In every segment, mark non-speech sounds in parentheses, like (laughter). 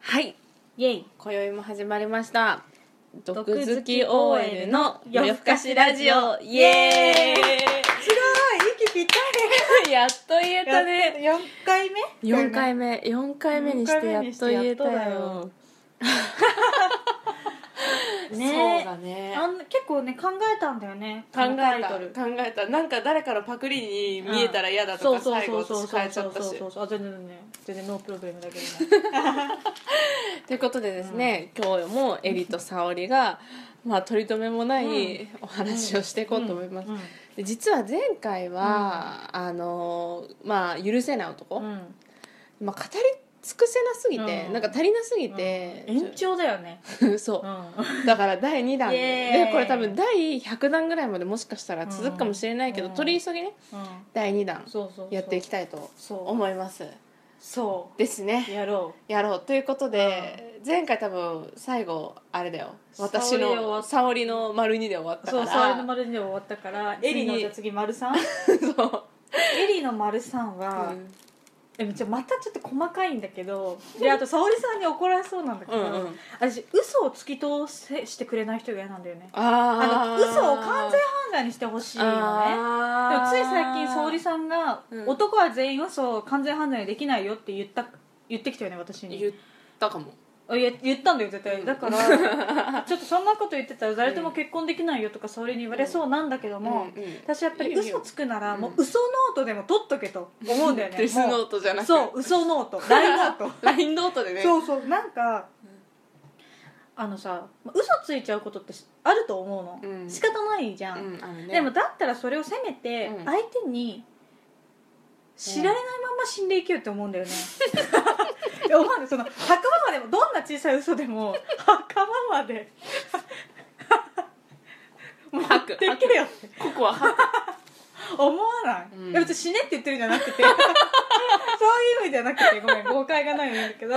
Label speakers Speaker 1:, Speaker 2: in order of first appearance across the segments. Speaker 1: はい
Speaker 2: イェイ
Speaker 1: 今宵も始まりました毒
Speaker 2: 毒
Speaker 1: 好き
Speaker 2: 好き
Speaker 1: OL
Speaker 2: OL
Speaker 1: の
Speaker 2: の
Speaker 1: 夜
Speaker 2: 夜
Speaker 1: 更
Speaker 2: 更
Speaker 1: か
Speaker 2: か
Speaker 1: し
Speaker 2: し
Speaker 1: ラ
Speaker 2: ラ
Speaker 1: ジ
Speaker 2: ジ
Speaker 1: オ
Speaker 2: オ
Speaker 1: イ
Speaker 2: イ
Speaker 1: エ
Speaker 2: エ
Speaker 3: 白い息ぴった
Speaker 1: ーイ (laughs) やっと言え
Speaker 3: り
Speaker 1: たね
Speaker 3: 4回目
Speaker 1: 4回目4回目にしてやっと言えた
Speaker 3: 四回目にしてやっとだ
Speaker 1: よ
Speaker 3: よ
Speaker 1: そう
Speaker 2: ね
Speaker 1: だね
Speaker 2: あん結構ね考えたんだよね
Speaker 1: 考え
Speaker 2: タイ
Speaker 1: た
Speaker 2: ト
Speaker 1: 考
Speaker 2: ル
Speaker 1: えたなんか誰かのパクリに見えたら嫌だと
Speaker 2: そう
Speaker 1: か
Speaker 2: そう
Speaker 1: 最
Speaker 2: そ
Speaker 1: 後
Speaker 2: うそ
Speaker 1: 私
Speaker 2: うそう
Speaker 1: 変えちゃったし
Speaker 2: そうそうあ全然ね全然ノープロブレムだけどね
Speaker 1: ということでですね、今日もエリと沙織
Speaker 2: (laughs)
Speaker 1: が、まあ、取り留めもないお話をしていこうと思います、
Speaker 2: うん
Speaker 1: で実は前回は、あのまあ許せない男、
Speaker 2: うん
Speaker 1: まあ、語り尽くせなすぎて、
Speaker 2: うん
Speaker 1: なんか足りなすぎて、
Speaker 2: 延長だよね
Speaker 1: (laughs) そうう、
Speaker 2: ん
Speaker 1: だから第2弾
Speaker 2: イエーイ
Speaker 1: でこれ多分第100弾ぐらいまでもしかしたら続くかもしれないけど、
Speaker 2: うん
Speaker 1: 取り急ぎね
Speaker 2: うん
Speaker 1: 第2弾
Speaker 2: そうそうそう
Speaker 1: やっていきたいと
Speaker 2: そう
Speaker 1: 思います
Speaker 2: そ
Speaker 1: です
Speaker 2: う
Speaker 1: ね
Speaker 2: やろ
Speaker 1: やろうということで、前回多分最後あれだよ私
Speaker 2: 沙織で終わ
Speaker 1: の
Speaker 2: っ
Speaker 1: 沙織の丸二で終わっ
Speaker 2: う
Speaker 1: たか
Speaker 2: そ
Speaker 1: ら
Speaker 2: うそれの丸二で終わったからエリーの
Speaker 1: 次
Speaker 2: じゃあ次丸
Speaker 1: (laughs)
Speaker 2: 三
Speaker 1: そう
Speaker 2: エリーの丸三はえじゃあまたちょっと細かいんだ
Speaker 1: (laughs)
Speaker 2: けどであと沙織さんに怒られそうなんだけ
Speaker 1: う
Speaker 2: ど、
Speaker 1: んうん
Speaker 2: 私嘘を突き通せしてくれない人が嫌なんだよね
Speaker 1: あ
Speaker 2: あの
Speaker 1: ー
Speaker 2: 嘘を完全犯罪にしてほしいのねで
Speaker 1: あ
Speaker 2: も
Speaker 1: ー
Speaker 2: つい最近沙織さんが、
Speaker 1: うん
Speaker 2: 男は全員嘘を完全犯罪にできないよ」って言った言ってきたよね私に
Speaker 1: 言ったかも
Speaker 2: あ言言ったんだよ絶対だから
Speaker 1: (laughs)
Speaker 2: ちょっとそんなこと言ってたら誰とも結婚できないよとか沙織に言われそうなんだけども、
Speaker 1: うんうん
Speaker 2: 私やっぱ
Speaker 1: い
Speaker 2: り
Speaker 1: いよいいよ
Speaker 2: 嘘つくなら
Speaker 1: うん
Speaker 2: もう嘘ノートでも取っとけと思うんだよね
Speaker 1: デスノ
Speaker 2: も
Speaker 1: ートじゃ
Speaker 2: う
Speaker 1: なくて
Speaker 2: そう嘘ノ
Speaker 1: (laughs)
Speaker 2: ート大ノート
Speaker 1: ラインノートでね
Speaker 2: そうそうなんか、あのさ嘘ついちゃうことってあると思うの、
Speaker 1: うん
Speaker 2: 仕方ないじゃん、
Speaker 1: うんあのね
Speaker 2: でもだったらそれをせめて
Speaker 1: うん
Speaker 2: 相手に知られないまま死んでいけよって思うんだよね、 (laughs) いや思うんだよその墓場までもどんな小さい嘘でも墓場
Speaker 1: (laughs)
Speaker 2: まで持
Speaker 1: 吐く
Speaker 2: ってけよって
Speaker 1: ここは
Speaker 2: (laughs) 思わない、
Speaker 1: うん
Speaker 2: いや別に死ねって言ってるんじ
Speaker 1: (laughs)
Speaker 2: ゃなくてそういう意味じゃなくてごめん誤解がないんだ
Speaker 1: (laughs)
Speaker 2: けど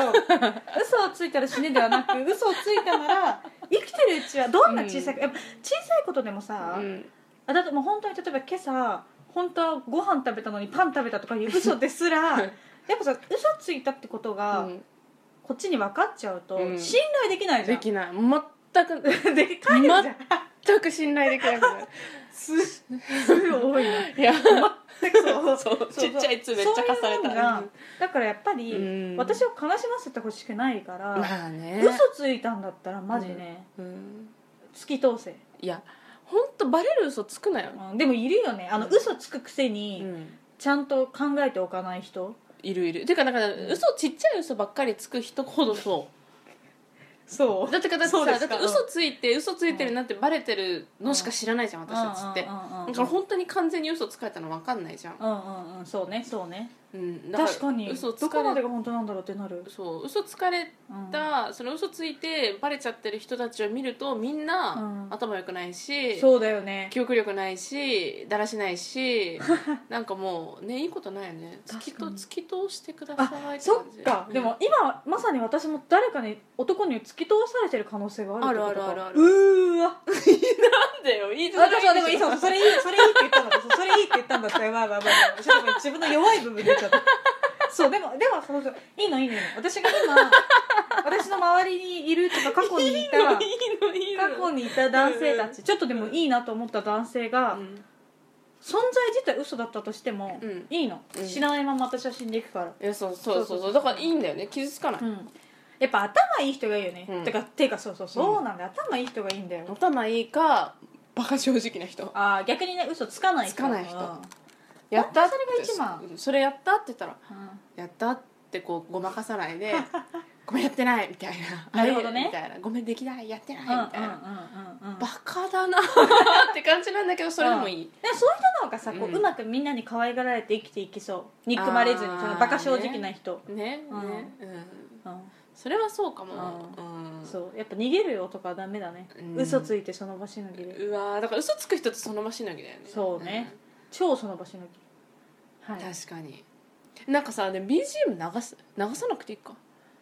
Speaker 2: 嘘をついたら死ねではなく嘘をついたなら生きてるうちはどんな小さい、やっぱ小さいことでもさ、
Speaker 1: うん
Speaker 2: あだってもう本当に例えば今朝本当はご飯食べたのにパン食べたとかいう嘘ですら
Speaker 1: (laughs)
Speaker 2: やっぱさ嘘ついたってことが、
Speaker 1: うん
Speaker 2: こっちに分かっちゃうと、
Speaker 1: うん
Speaker 2: 信頼できないじゃ
Speaker 1: で
Speaker 2: ん
Speaker 1: きない全く
Speaker 2: (laughs) でき帰るじゃん
Speaker 1: 全く信頼できなくなる
Speaker 2: すごい多いない
Speaker 1: (laughs) や
Speaker 2: 全く (laughs) そう
Speaker 1: そう
Speaker 2: そう
Speaker 1: ちっちゃいつめっちゃ貸され
Speaker 2: そう
Speaker 1: た
Speaker 2: いうのがだからやっぱり、
Speaker 1: うん
Speaker 2: 私を悲しませてほしくないから、
Speaker 1: まあね
Speaker 2: 嘘ついたんだったらマジね、
Speaker 1: うん
Speaker 2: 突き通せ、
Speaker 1: いや本当バレる嘘つくなよ、
Speaker 2: うんでもいるよねあの、
Speaker 1: うん
Speaker 2: 嘘つくくせに、
Speaker 1: うん
Speaker 2: ちゃんと考えておかない人
Speaker 1: いるいるていうかなんか
Speaker 2: ん
Speaker 1: 嘘ちっちゃい嘘ばっかりつく人ほどそ
Speaker 2: そう
Speaker 1: だってかだって
Speaker 2: そうで
Speaker 1: さだ
Speaker 2: す
Speaker 1: って
Speaker 2: か
Speaker 1: 嘘ついて嘘ついてるなってバレてるのしか知らないじゃん私たちって
Speaker 2: うんうんうんうん
Speaker 1: だから本当に完全に嘘つかれたの分かんないじゃん、
Speaker 2: うんうんうんそうねそうね
Speaker 1: うん、だら
Speaker 2: 確かに
Speaker 1: 嘘
Speaker 2: ど
Speaker 1: つ
Speaker 2: こま
Speaker 1: か
Speaker 2: で
Speaker 1: れ
Speaker 2: が本当なんだろうってなる、
Speaker 1: そう嘘つかれ
Speaker 2: うん
Speaker 1: たその嘘ついてバレちゃってる人たちを見るとみんな、
Speaker 2: うん
Speaker 1: 頭良くないし
Speaker 2: そうだよね
Speaker 1: 記憶力ないしだらしない
Speaker 2: (laughs)
Speaker 1: しなんかもうねいいことないよね突きと
Speaker 2: 確かに
Speaker 1: 突き通してくださいって
Speaker 2: そ
Speaker 1: 感じ
Speaker 2: っか、
Speaker 1: うん
Speaker 2: でも今まさに私も誰かに男に突き通されてる可能性があるってことか
Speaker 1: あるあるあるある
Speaker 2: うーわ
Speaker 1: なんだよいいじゃない
Speaker 2: 私はでもいいそうそれいいそれいいって言ったんだったそれいいって言ったんだったよまあまあまあまあ自分の弱い部分出ちゃったそうでもでもそうそういいのいいのいいの私が今私の周りにいるとか過去にいた
Speaker 1: いいのいいの
Speaker 2: 過去にいた男性たちちょっとでもいいなと思った男性が、
Speaker 1: うん
Speaker 2: 存在自体嘘だったとしても、
Speaker 1: うん
Speaker 2: いいの、
Speaker 1: うん
Speaker 2: 知らないまま私は死んでいくから、
Speaker 1: いやそうそうそう
Speaker 2: そうそう
Speaker 1: そ
Speaker 2: そう
Speaker 1: うだからいいんだよね傷つかない、
Speaker 2: うんやっぱ頭いい人がいいよね、
Speaker 1: うん
Speaker 2: てかてかそうそうそうなんだ、よ頭いい人がいいんだよ、
Speaker 1: 頭いいかバカ正直な人
Speaker 2: ああ逆にね嘘つかない人
Speaker 1: つかない人
Speaker 2: うん
Speaker 1: やったって
Speaker 2: それが一番
Speaker 1: うんそれやったって言ったらやったってこうごまかさない
Speaker 2: (laughs)
Speaker 1: でごめんやってないみたいな
Speaker 2: なるほどね
Speaker 1: あれみたいなごめんできないやってないみ
Speaker 2: うんうんうんうん
Speaker 1: たいな、
Speaker 2: うんうん
Speaker 1: バカだなって感じなんだけどそれでもいい、
Speaker 2: でもそういう人の方がさこう,、
Speaker 1: う
Speaker 2: うんまくみんなに可愛がられて生きていきそう憎まれずに
Speaker 1: あー
Speaker 2: そのバカ正直な人、
Speaker 1: ね
Speaker 2: うん
Speaker 1: ね、うん
Speaker 2: う
Speaker 1: それはそうかも、うん
Speaker 2: ん、そうやっぱ逃げる男はダメだね、
Speaker 1: うん
Speaker 2: 嘘ついてその場しのぎで
Speaker 1: うわーだから嘘つく人ってその場しのぎだよね
Speaker 2: そうね、超その場しのぎは
Speaker 1: うん
Speaker 2: い
Speaker 1: 確かになんかさで BGM 流す流さなくていいか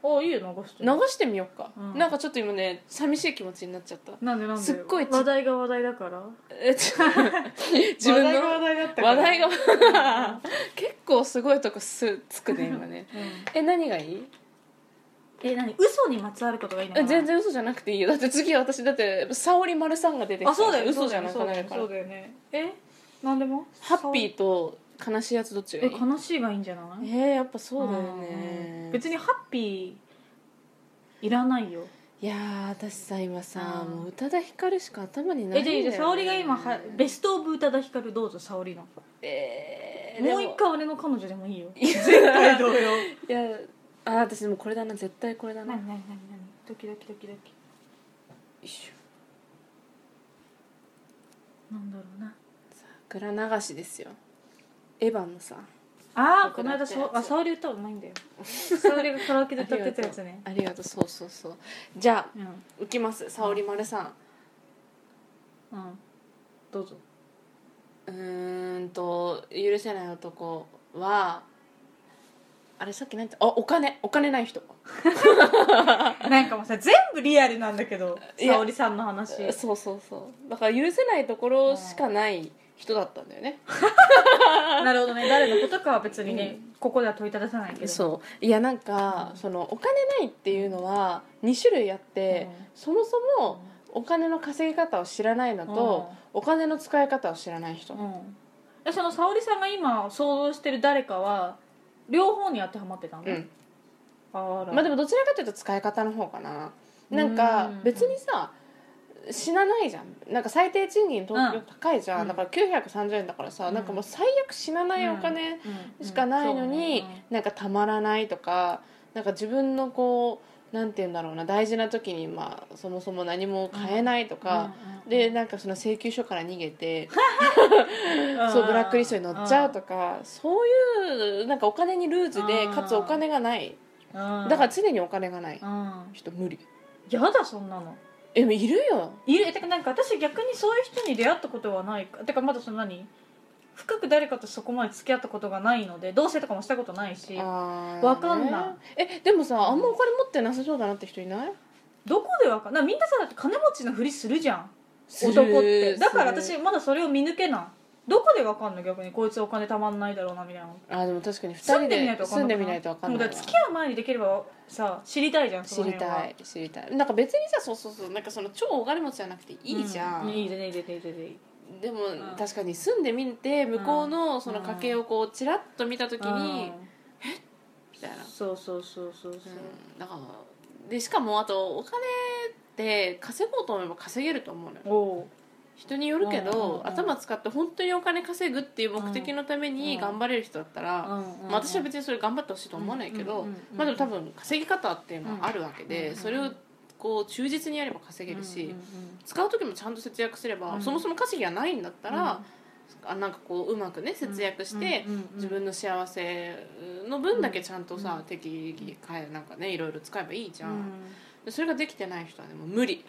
Speaker 2: おいいよ流して
Speaker 1: 流してみようか、
Speaker 2: うん
Speaker 1: なんかちょっと今ね寂しい気持ちになっちゃった
Speaker 2: なんでなんです
Speaker 1: っごいち
Speaker 2: 話題が話題だから
Speaker 1: えち
Speaker 2: (laughs)
Speaker 1: ょ自分の
Speaker 2: 話題が話題だったから
Speaker 1: 話題が (laughs)
Speaker 2: (laughs)
Speaker 1: 結構すごいとこすつくね今ね
Speaker 2: うん
Speaker 1: え何がいい
Speaker 2: え何嘘にまつわることがいいのか
Speaker 1: え
Speaker 2: な
Speaker 1: 全然嘘じゃなくていいよだって次私だって沙織丸さんが出てきた
Speaker 2: あそうだよ
Speaker 1: 嘘じゃなくなるか
Speaker 2: そ
Speaker 1: ら
Speaker 2: うだよねえ何でも
Speaker 1: ハッピーと悲しいやつどっちが
Speaker 2: え
Speaker 1: いい
Speaker 2: 悲しいがいいんじゃない
Speaker 1: えー、やっぱそうだよね
Speaker 2: ん別にハッピーいらないよ
Speaker 1: いやー私さ今さ
Speaker 2: うん
Speaker 1: もう宇多田ヒカルしか頭にない
Speaker 2: え
Speaker 1: ん
Speaker 2: じ
Speaker 1: だ
Speaker 2: ゃあ
Speaker 1: よ、
Speaker 2: いい
Speaker 1: ね、
Speaker 2: じゃあ沙織が今はベスト・オブ・宇多田ヒカルどうぞ沙織の
Speaker 1: えーで
Speaker 2: もう一回俺の彼女でもいいよ
Speaker 1: いや絶対
Speaker 2: 同様
Speaker 1: いやあー私でもこれだな絶対これだな、
Speaker 2: 何何何何ドキドキドキドキなんだろうな
Speaker 1: 桜流しですよエヴァのさ
Speaker 2: ああ
Speaker 1: 僕
Speaker 2: こ
Speaker 1: だ
Speaker 2: の
Speaker 1: っ
Speaker 2: 間
Speaker 1: て
Speaker 2: そうあ沙織歌うまいんだよ沙織がカラオケで歌ってたやつね
Speaker 1: ありがとうそうそうそうじゃ
Speaker 2: うん
Speaker 1: あ浮きます沙織丸さん
Speaker 2: うんどうぞ
Speaker 1: うーんと「許せない男は」あれさっきなんてあお金お金ない人
Speaker 2: なんかもうさ全部リアルなんだけど
Speaker 1: いや
Speaker 2: 沙織さんの話
Speaker 1: そうそうそうだから許せないところしかない人だったんだよね
Speaker 2: (laughs) なるほどね誰のことかは別にね、
Speaker 1: う
Speaker 2: ここでは問いたださないけど
Speaker 1: そういやなんか、そのお金ないっていうのは2種類あって、そもそもお金の稼ぎ方を知らないのと、お金の使い方を知らない人、
Speaker 2: うん、うんえその沙織さんが今想像してる誰かは両方に当てはまってたの、
Speaker 1: うん、
Speaker 2: あら
Speaker 1: まあでもどちらかというと使い方の方かななんか
Speaker 2: うん
Speaker 1: 別にさ死なないじゃんなんか最低賃金東京高いじゃん、
Speaker 2: うん
Speaker 1: だから930円だからさ、
Speaker 2: うん
Speaker 1: なんかもう最悪死なないお金
Speaker 2: うん
Speaker 1: しかないのに、
Speaker 2: うんそうね
Speaker 1: なんかたまらないとかなんか自分のこうなんて言うんだろうな大事な時にまあそもそも何も買えないとか、
Speaker 2: うん
Speaker 1: でなんかその請求書から逃げて、
Speaker 2: うん
Speaker 1: そうブラックリストに乗っちゃうとか、そういうなんかお金にルーズで、
Speaker 2: うん
Speaker 1: かつお金がない
Speaker 2: うん
Speaker 1: だから常にお金がない、
Speaker 2: うん
Speaker 1: 人無理
Speaker 2: やだそんなの
Speaker 1: えでもいるよ
Speaker 2: いるてかなんか私逆にそういう人に出会ったことはないかてかまだその何深く誰かとそこまで付き合ったことがないので同棲とかもしたことないし
Speaker 1: あー
Speaker 2: わかんな
Speaker 1: えでもさあんまお金持ってなさそうだなって人いない
Speaker 2: どこでわかんなみんなさだって金持ちのふりするじゃん
Speaker 1: する
Speaker 2: 男っ
Speaker 1: す
Speaker 2: て
Speaker 1: る
Speaker 2: だから私まだそれを見抜けないどこでわかんの逆にこいつお金たまんないだろうなみたいな
Speaker 1: あでも確かに2
Speaker 2: 住
Speaker 1: 人
Speaker 2: んでみない
Speaker 1: で
Speaker 2: とわかん
Speaker 1: 住んでみないと分かんない
Speaker 2: もうだ
Speaker 1: わ
Speaker 2: ら付き合う前にできればさ知りたいじゃんそ
Speaker 1: 知
Speaker 2: の
Speaker 1: り
Speaker 2: 辺は
Speaker 1: たい知りたいなんか別にさそうそうそうなんかその超お金持ちじゃなくていいじゃん、
Speaker 2: ういいじゃんいいじゃんいいじゃんいい
Speaker 1: でも、
Speaker 2: ん
Speaker 1: 確かに住んでみて向こうのその
Speaker 2: うん
Speaker 1: 家計をこうちらっと見た時
Speaker 2: じ
Speaker 1: に、
Speaker 2: ゃん
Speaker 1: みたいな、
Speaker 2: そうそうそうそうそう
Speaker 1: うん、だからでしかもあとお金って稼ごうと思えば稼げると思うのよ
Speaker 2: おおう
Speaker 1: 人によるけ
Speaker 2: うんうん
Speaker 1: ど、
Speaker 2: うん
Speaker 1: 頭使って本当にお金稼ぐっていう目的のために
Speaker 2: うん
Speaker 1: 頑張れる人だったら、まあ、私は別にそれ頑張ってほしいと思わないけど、
Speaker 2: うんうんうんうん
Speaker 1: まあ、でも多分稼ぎ方っていうのはあるわけで、
Speaker 2: うん
Speaker 1: それをこう忠実にやれば稼げるし、使う時もちゃんと節約すれば、
Speaker 2: うん
Speaker 1: そもそも稼ぎがないんだったら、あなんかこううまくね節約して、自分
Speaker 2: の
Speaker 1: の幸せの分だけちゃんとさ、
Speaker 2: うん
Speaker 1: 適宜買えなんかねいろいろ使えばいいじゃん、でそれができてない人はねもう無 (laughs) 理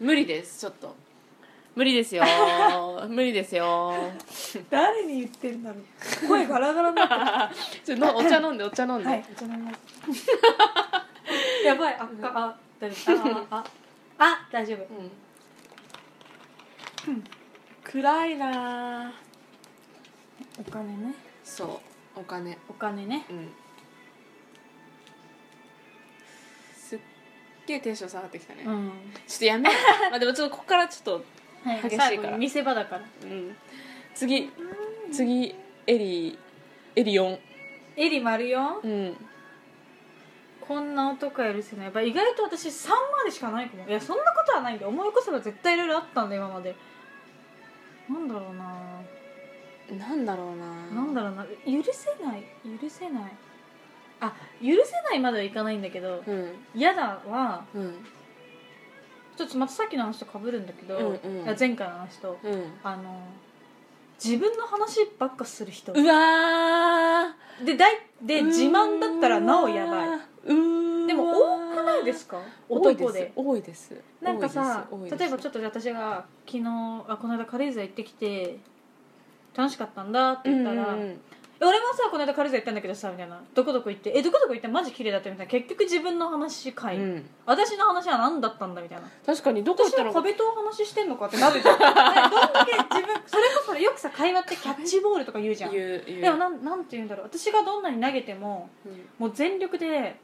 Speaker 1: 無理ですちょっと無理 (laughs) ですよ無理ですよ
Speaker 3: 誰に言ってるんだろう声ガラガラになって
Speaker 1: (laughs) ちょっとのお茶飲んでお茶飲ん
Speaker 3: る
Speaker 1: で、
Speaker 3: はいお茶飲みます
Speaker 2: (laughs) やばいあっかあ大丈夫ああああ大丈夫
Speaker 1: うん暗いなあ
Speaker 2: お金ね
Speaker 1: そうお金
Speaker 2: お金ね
Speaker 1: うんすっげえテンション下がってきたね、
Speaker 2: う
Speaker 1: ちょ
Speaker 2: ん
Speaker 1: っとや
Speaker 2: (laughs)
Speaker 1: めようまあでもちょっとここからちょっと、
Speaker 2: はい
Speaker 1: 激しい
Speaker 2: 最後
Speaker 1: から
Speaker 2: に見せ場だから
Speaker 1: うん、次次エリエリオン
Speaker 2: エリ丸よ
Speaker 1: うん
Speaker 2: こんな男は許せないやっぱ意外と私3までしかないかもいやそんなことはないんで思い起こせば絶対いろいろあったんだ今までなんだろうな
Speaker 1: なんだろうな
Speaker 2: なんだろうな許せない許せないあ許せないまではいかないんだけど
Speaker 1: うん
Speaker 2: 嫌だは
Speaker 1: うん
Speaker 2: ちょっとまたさっきの話とかぶるんだけど、
Speaker 1: うんうん
Speaker 2: あ前回の話と
Speaker 1: うん
Speaker 2: あの自分の話ばっかする人
Speaker 1: うわ
Speaker 2: でだいで
Speaker 1: ー
Speaker 2: 自慢だったらなおやばいう
Speaker 1: ーわー
Speaker 2: でも多くないですか
Speaker 1: 多い
Speaker 2: 男で
Speaker 1: 多いです
Speaker 2: なんかさ
Speaker 1: 多いです
Speaker 2: 例えばちょ
Speaker 1: っ
Speaker 2: っと私が昨日あこの間軽井沢行ってきて楽しかったんだって言ったら、え俺もさこの間軽井沢行ったんだけどさみたいなどこどこ行ってえどこどこ行ってマジ綺麗だったみたいな結局自分の話かい、
Speaker 1: うん、
Speaker 2: 私の話は何だったんだみたいな
Speaker 1: 確かにどこ行っ
Speaker 2: 私
Speaker 1: た
Speaker 2: の
Speaker 1: ら
Speaker 2: 壁とお話してんのかってなるじ
Speaker 1: (laughs)
Speaker 2: ゃんねどんだけ自分それこそよくさ会話ってキャッチボールとか言うじゃん
Speaker 1: 言う言う
Speaker 2: でもなんなんて言うんだろう私がどんなに投げても
Speaker 1: うん
Speaker 2: もう全力で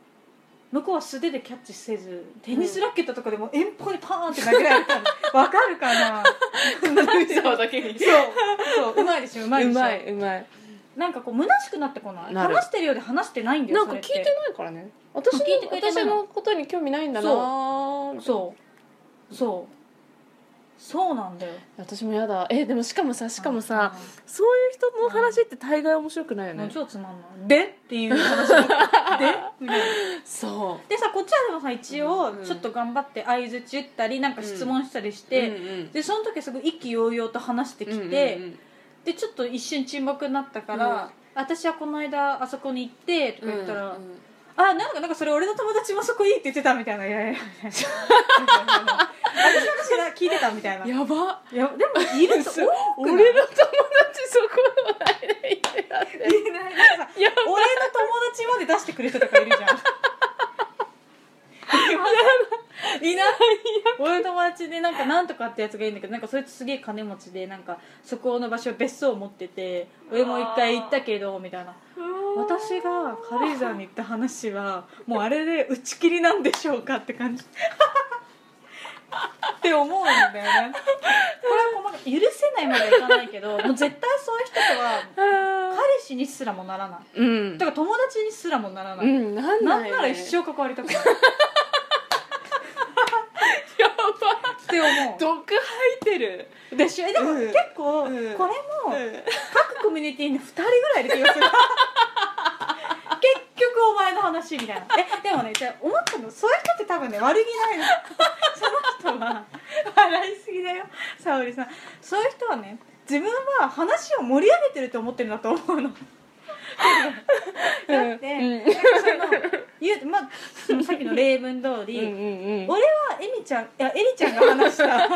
Speaker 2: 向こうは素手でキャッチせずテニスラケットとかでも遠方にパーンって投げられ
Speaker 1: (laughs)
Speaker 2: たのわかるかな (laughs)
Speaker 1: 神様だけに
Speaker 2: そうそううまいでしょうまいで
Speaker 1: う
Speaker 2: しょ
Speaker 1: まいうまい
Speaker 2: なんかこう虚しくなってこない
Speaker 1: なる
Speaker 2: 話してるようで話してないんだよ
Speaker 1: なんか聞いてないからね私の
Speaker 2: 聞いてくれてな
Speaker 1: 私
Speaker 2: いの
Speaker 1: のことに興味ないんだなー
Speaker 2: そうそうそうなんだよ
Speaker 1: 私もやだえでもしかもさしかもさ
Speaker 2: うん
Speaker 1: そういう人の話って大概面白くないよ
Speaker 2: もう
Speaker 1: ね
Speaker 2: 超つまんないでっていう話でみたいな
Speaker 1: そ
Speaker 2: でさこっちはでもさ一応
Speaker 1: うん
Speaker 2: ちょっと頑張って相づち打ったりなんか質問したりして、
Speaker 1: うんうん
Speaker 2: でその時すごい意気揚々と話して
Speaker 1: う
Speaker 2: きて、
Speaker 1: うんうんうん
Speaker 2: でちょっと一瞬沈黙になったか
Speaker 1: うん
Speaker 2: ら、私はこの間あそこに行ってとか言ったら、
Speaker 1: うんうん
Speaker 2: あなんかなんかそれ俺の友達もそこいいって言ってたみたいないやいやいや私の話が聞いてたみたいないや
Speaker 1: やば
Speaker 2: でもいる人多く
Speaker 1: 俺
Speaker 2: な
Speaker 1: の友
Speaker 2: い
Speaker 1: 達そこの間にいてたって
Speaker 2: いないなんかさ
Speaker 1: や
Speaker 2: 俺の友達まで出してくれる人とかいるじゃん (laughs) いない俺の友達でなんかなんとかってやつがいいんだけどなんかそいつすげえ金持ちでなんかそこの場所別荘を持ってて俺も一回行ったけどみたいな私が軽井沢に行った話はもうあれで打ち切りなんでしょうかって感じって思うんだよねこれはもう許せないまではいかないけどもう絶対そういう人とは
Speaker 1: あ
Speaker 2: 彼氏にすらもならない
Speaker 1: ーうん
Speaker 2: だから友達にすらもならな
Speaker 1: う
Speaker 2: い、
Speaker 1: んなん
Speaker 2: ないん
Speaker 1: ね
Speaker 2: なら一生関わりたくないっ
Speaker 1: やば
Speaker 2: て思
Speaker 1: 毒吐いてる
Speaker 2: うでしょえでも
Speaker 1: うん
Speaker 2: 結構こ
Speaker 1: うん
Speaker 2: れ
Speaker 1: うん
Speaker 2: も各コミュニティに2人ぐらいで起用する結局お前の話みたいなえでもねじゃあ思ったのそういう人って多分ね悪気ないの (laughs) その人は笑いすぎだよ沙織さんそういう人はね自分は話を盛り上げてると思ってるんだと思うのだって、
Speaker 1: うん
Speaker 2: なんかその言う、まあ、そのさっきの例文通り、
Speaker 1: うんうんうん
Speaker 2: 俺はエミちゃんいやエリちゃんが話した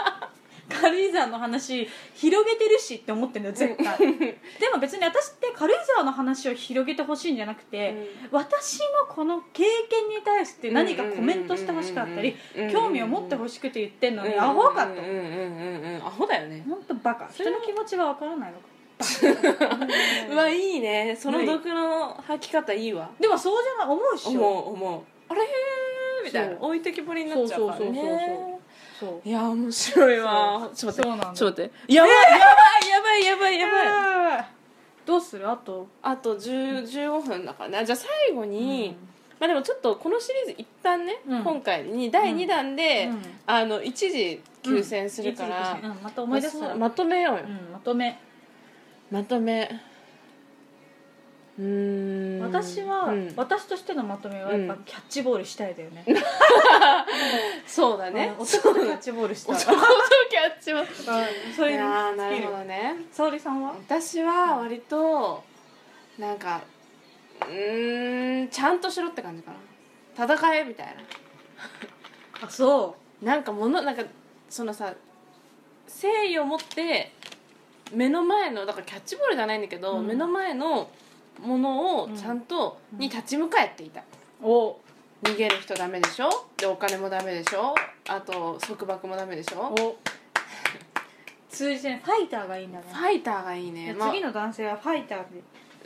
Speaker 1: (laughs)
Speaker 2: 軽井沢の話広げてるしって思ってるの絶対 (laughs) でも別に私って軽井沢の話を広げてほしいんじゃなくて、私のこの経験に対して何かコメントしてほしかったり
Speaker 1: うんうんうんうん
Speaker 2: 興味を持ってほしくて言ってんのに
Speaker 1: うん
Speaker 2: アホかと
Speaker 1: うんうんうんうんうんアホだよね
Speaker 2: 本当バカ人の気持ちは分からないのか
Speaker 1: (laughs) うわいいねその毒の吐き方いいわ
Speaker 2: でもそうじゃない思うっし
Speaker 1: 思
Speaker 2: ょ
Speaker 1: う思うあれーみたいな
Speaker 2: そう
Speaker 1: 置いてきぼりになっちゃうから
Speaker 2: そうそうそうそう
Speaker 1: ね
Speaker 2: そう
Speaker 1: いや面白いわちょっと待
Speaker 2: そうな
Speaker 1: っ
Speaker 2: の
Speaker 1: てちょっと待ってやばいやばいやばいやばいやばい
Speaker 2: やばいどうするあと
Speaker 1: あと10 15分だからねじゃあ最後にまあでもちょっとこのシリーズ一旦ね
Speaker 2: うん
Speaker 1: 今回に第2弾で
Speaker 2: うん
Speaker 1: あの一時休戦するか
Speaker 2: いついつ
Speaker 1: ら
Speaker 2: うんまた思い出す
Speaker 1: まあ
Speaker 2: わ
Speaker 1: そうまとめようよ
Speaker 2: うんまとめ
Speaker 1: まとめうーん
Speaker 2: 私は、
Speaker 1: うん
Speaker 2: 私としてのまとめはやっ
Speaker 1: う
Speaker 2: ぱキャッチボールしたいだよね、
Speaker 1: そうだね
Speaker 2: うん男とキャッチボールしたい
Speaker 1: 男とキャッチは
Speaker 2: そう
Speaker 1: い
Speaker 2: いう
Speaker 1: やーな
Speaker 2: ス
Speaker 1: る
Speaker 2: キル
Speaker 1: ほどね
Speaker 2: 沙織さんは
Speaker 1: 私は割となんかうーんちゃんとしろって感じかな戦えみたい
Speaker 2: あそ
Speaker 1: ななんかものなんかそのさ誠意を持って目の前のだからキャッチボールじゃないんだけど、
Speaker 2: うん
Speaker 1: 目の前のものをちゃんと
Speaker 2: うん
Speaker 1: に立ち向かえっていた、
Speaker 2: うお
Speaker 1: 逃げる人ダメでしょでお金もダメでしょあと束縛もダメでしょ
Speaker 2: お通じてないファイターがいいんだね
Speaker 1: ファイターがいい
Speaker 2: いや
Speaker 1: ね
Speaker 2: 次の男性はファイター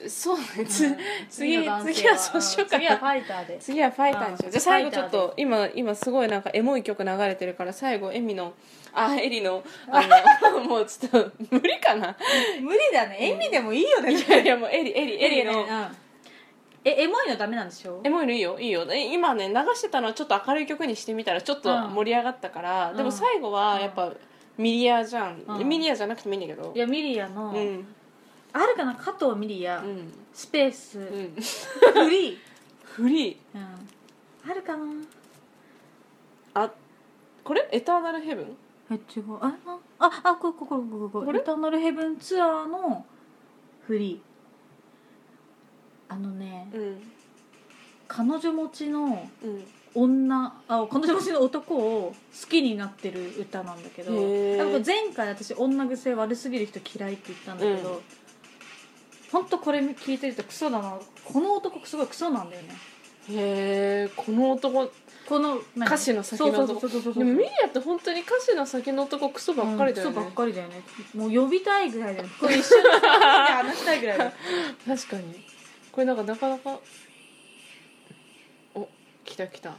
Speaker 2: で、
Speaker 1: そうね、つ
Speaker 2: うん
Speaker 1: 次次
Speaker 2: の
Speaker 1: は
Speaker 2: 男性
Speaker 1: そうしよう
Speaker 2: う
Speaker 1: か
Speaker 2: ん次はファイターで
Speaker 1: 次はファイターでし
Speaker 2: う
Speaker 1: ょ
Speaker 2: ん
Speaker 1: じゃあ最後
Speaker 2: フ
Speaker 1: ち
Speaker 2: ァイ
Speaker 1: ょ
Speaker 2: ター
Speaker 1: っ
Speaker 2: で
Speaker 1: と今今すごいなんかエモい曲流れてるから最後エミのあエリのあ
Speaker 2: (laughs)
Speaker 1: のもうちょっと無理かな
Speaker 2: 無理だねエミでもいいよね、
Speaker 1: いやいやもうエリエリエリの
Speaker 2: うんえエモいのダメなんでしょ
Speaker 1: エモいのいいよいいよえ今ね流してたのはちょっと明るい曲にしてみたらちょっと盛り上がったから、
Speaker 2: うん
Speaker 1: でも最後はやっぱミリアじゃん、
Speaker 2: うん
Speaker 1: ミリアじゃなくてもいいんだけど
Speaker 2: いやミリアの、
Speaker 1: うん
Speaker 2: あるかな加藤ミリア、
Speaker 1: うん
Speaker 2: スペース、
Speaker 1: うん (laughs)
Speaker 2: フリー、
Speaker 1: フリー
Speaker 2: うん、あるかな
Speaker 1: あこれエターナルヘブン
Speaker 2: え違うあああこれこれこれこれこれ
Speaker 1: これ
Speaker 2: エターナルヘブンツアーのフリーあのね、
Speaker 1: うん
Speaker 2: 彼女持ちの
Speaker 1: うん
Speaker 2: 女あ彼女持ちの男を好きになってる歌なんだけど
Speaker 1: へー
Speaker 2: なんか前回私女癖悪すぎる人嫌いって言ったんだけど、
Speaker 1: う
Speaker 2: ほんとこれ聞いてるとクソだなこの男すごいクソなんだよね
Speaker 1: へえこの男
Speaker 2: この何
Speaker 1: 歌詞の先の男
Speaker 2: そうそうそうそうそう
Speaker 1: でもミリアって本当に歌詞の先のとこクソばっかりだよね、
Speaker 2: うんそうばっかりだよねもう呼びたいぐらいだよねこれ一緒に話したいぐらいだよ
Speaker 1: 確かにこれなんかなかなかお来た来た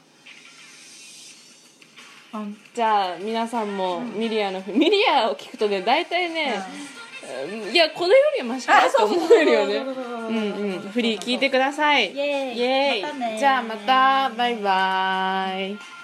Speaker 2: あん
Speaker 1: じゃあ皆さんもミリアの、ミリアを聞くとね大体ね、うんいやこのよりはマシかなと思えるよねうんうんフリー聞いてください
Speaker 2: イエーイ
Speaker 1: イエーイ
Speaker 2: またね
Speaker 1: じゃあまたバイバイ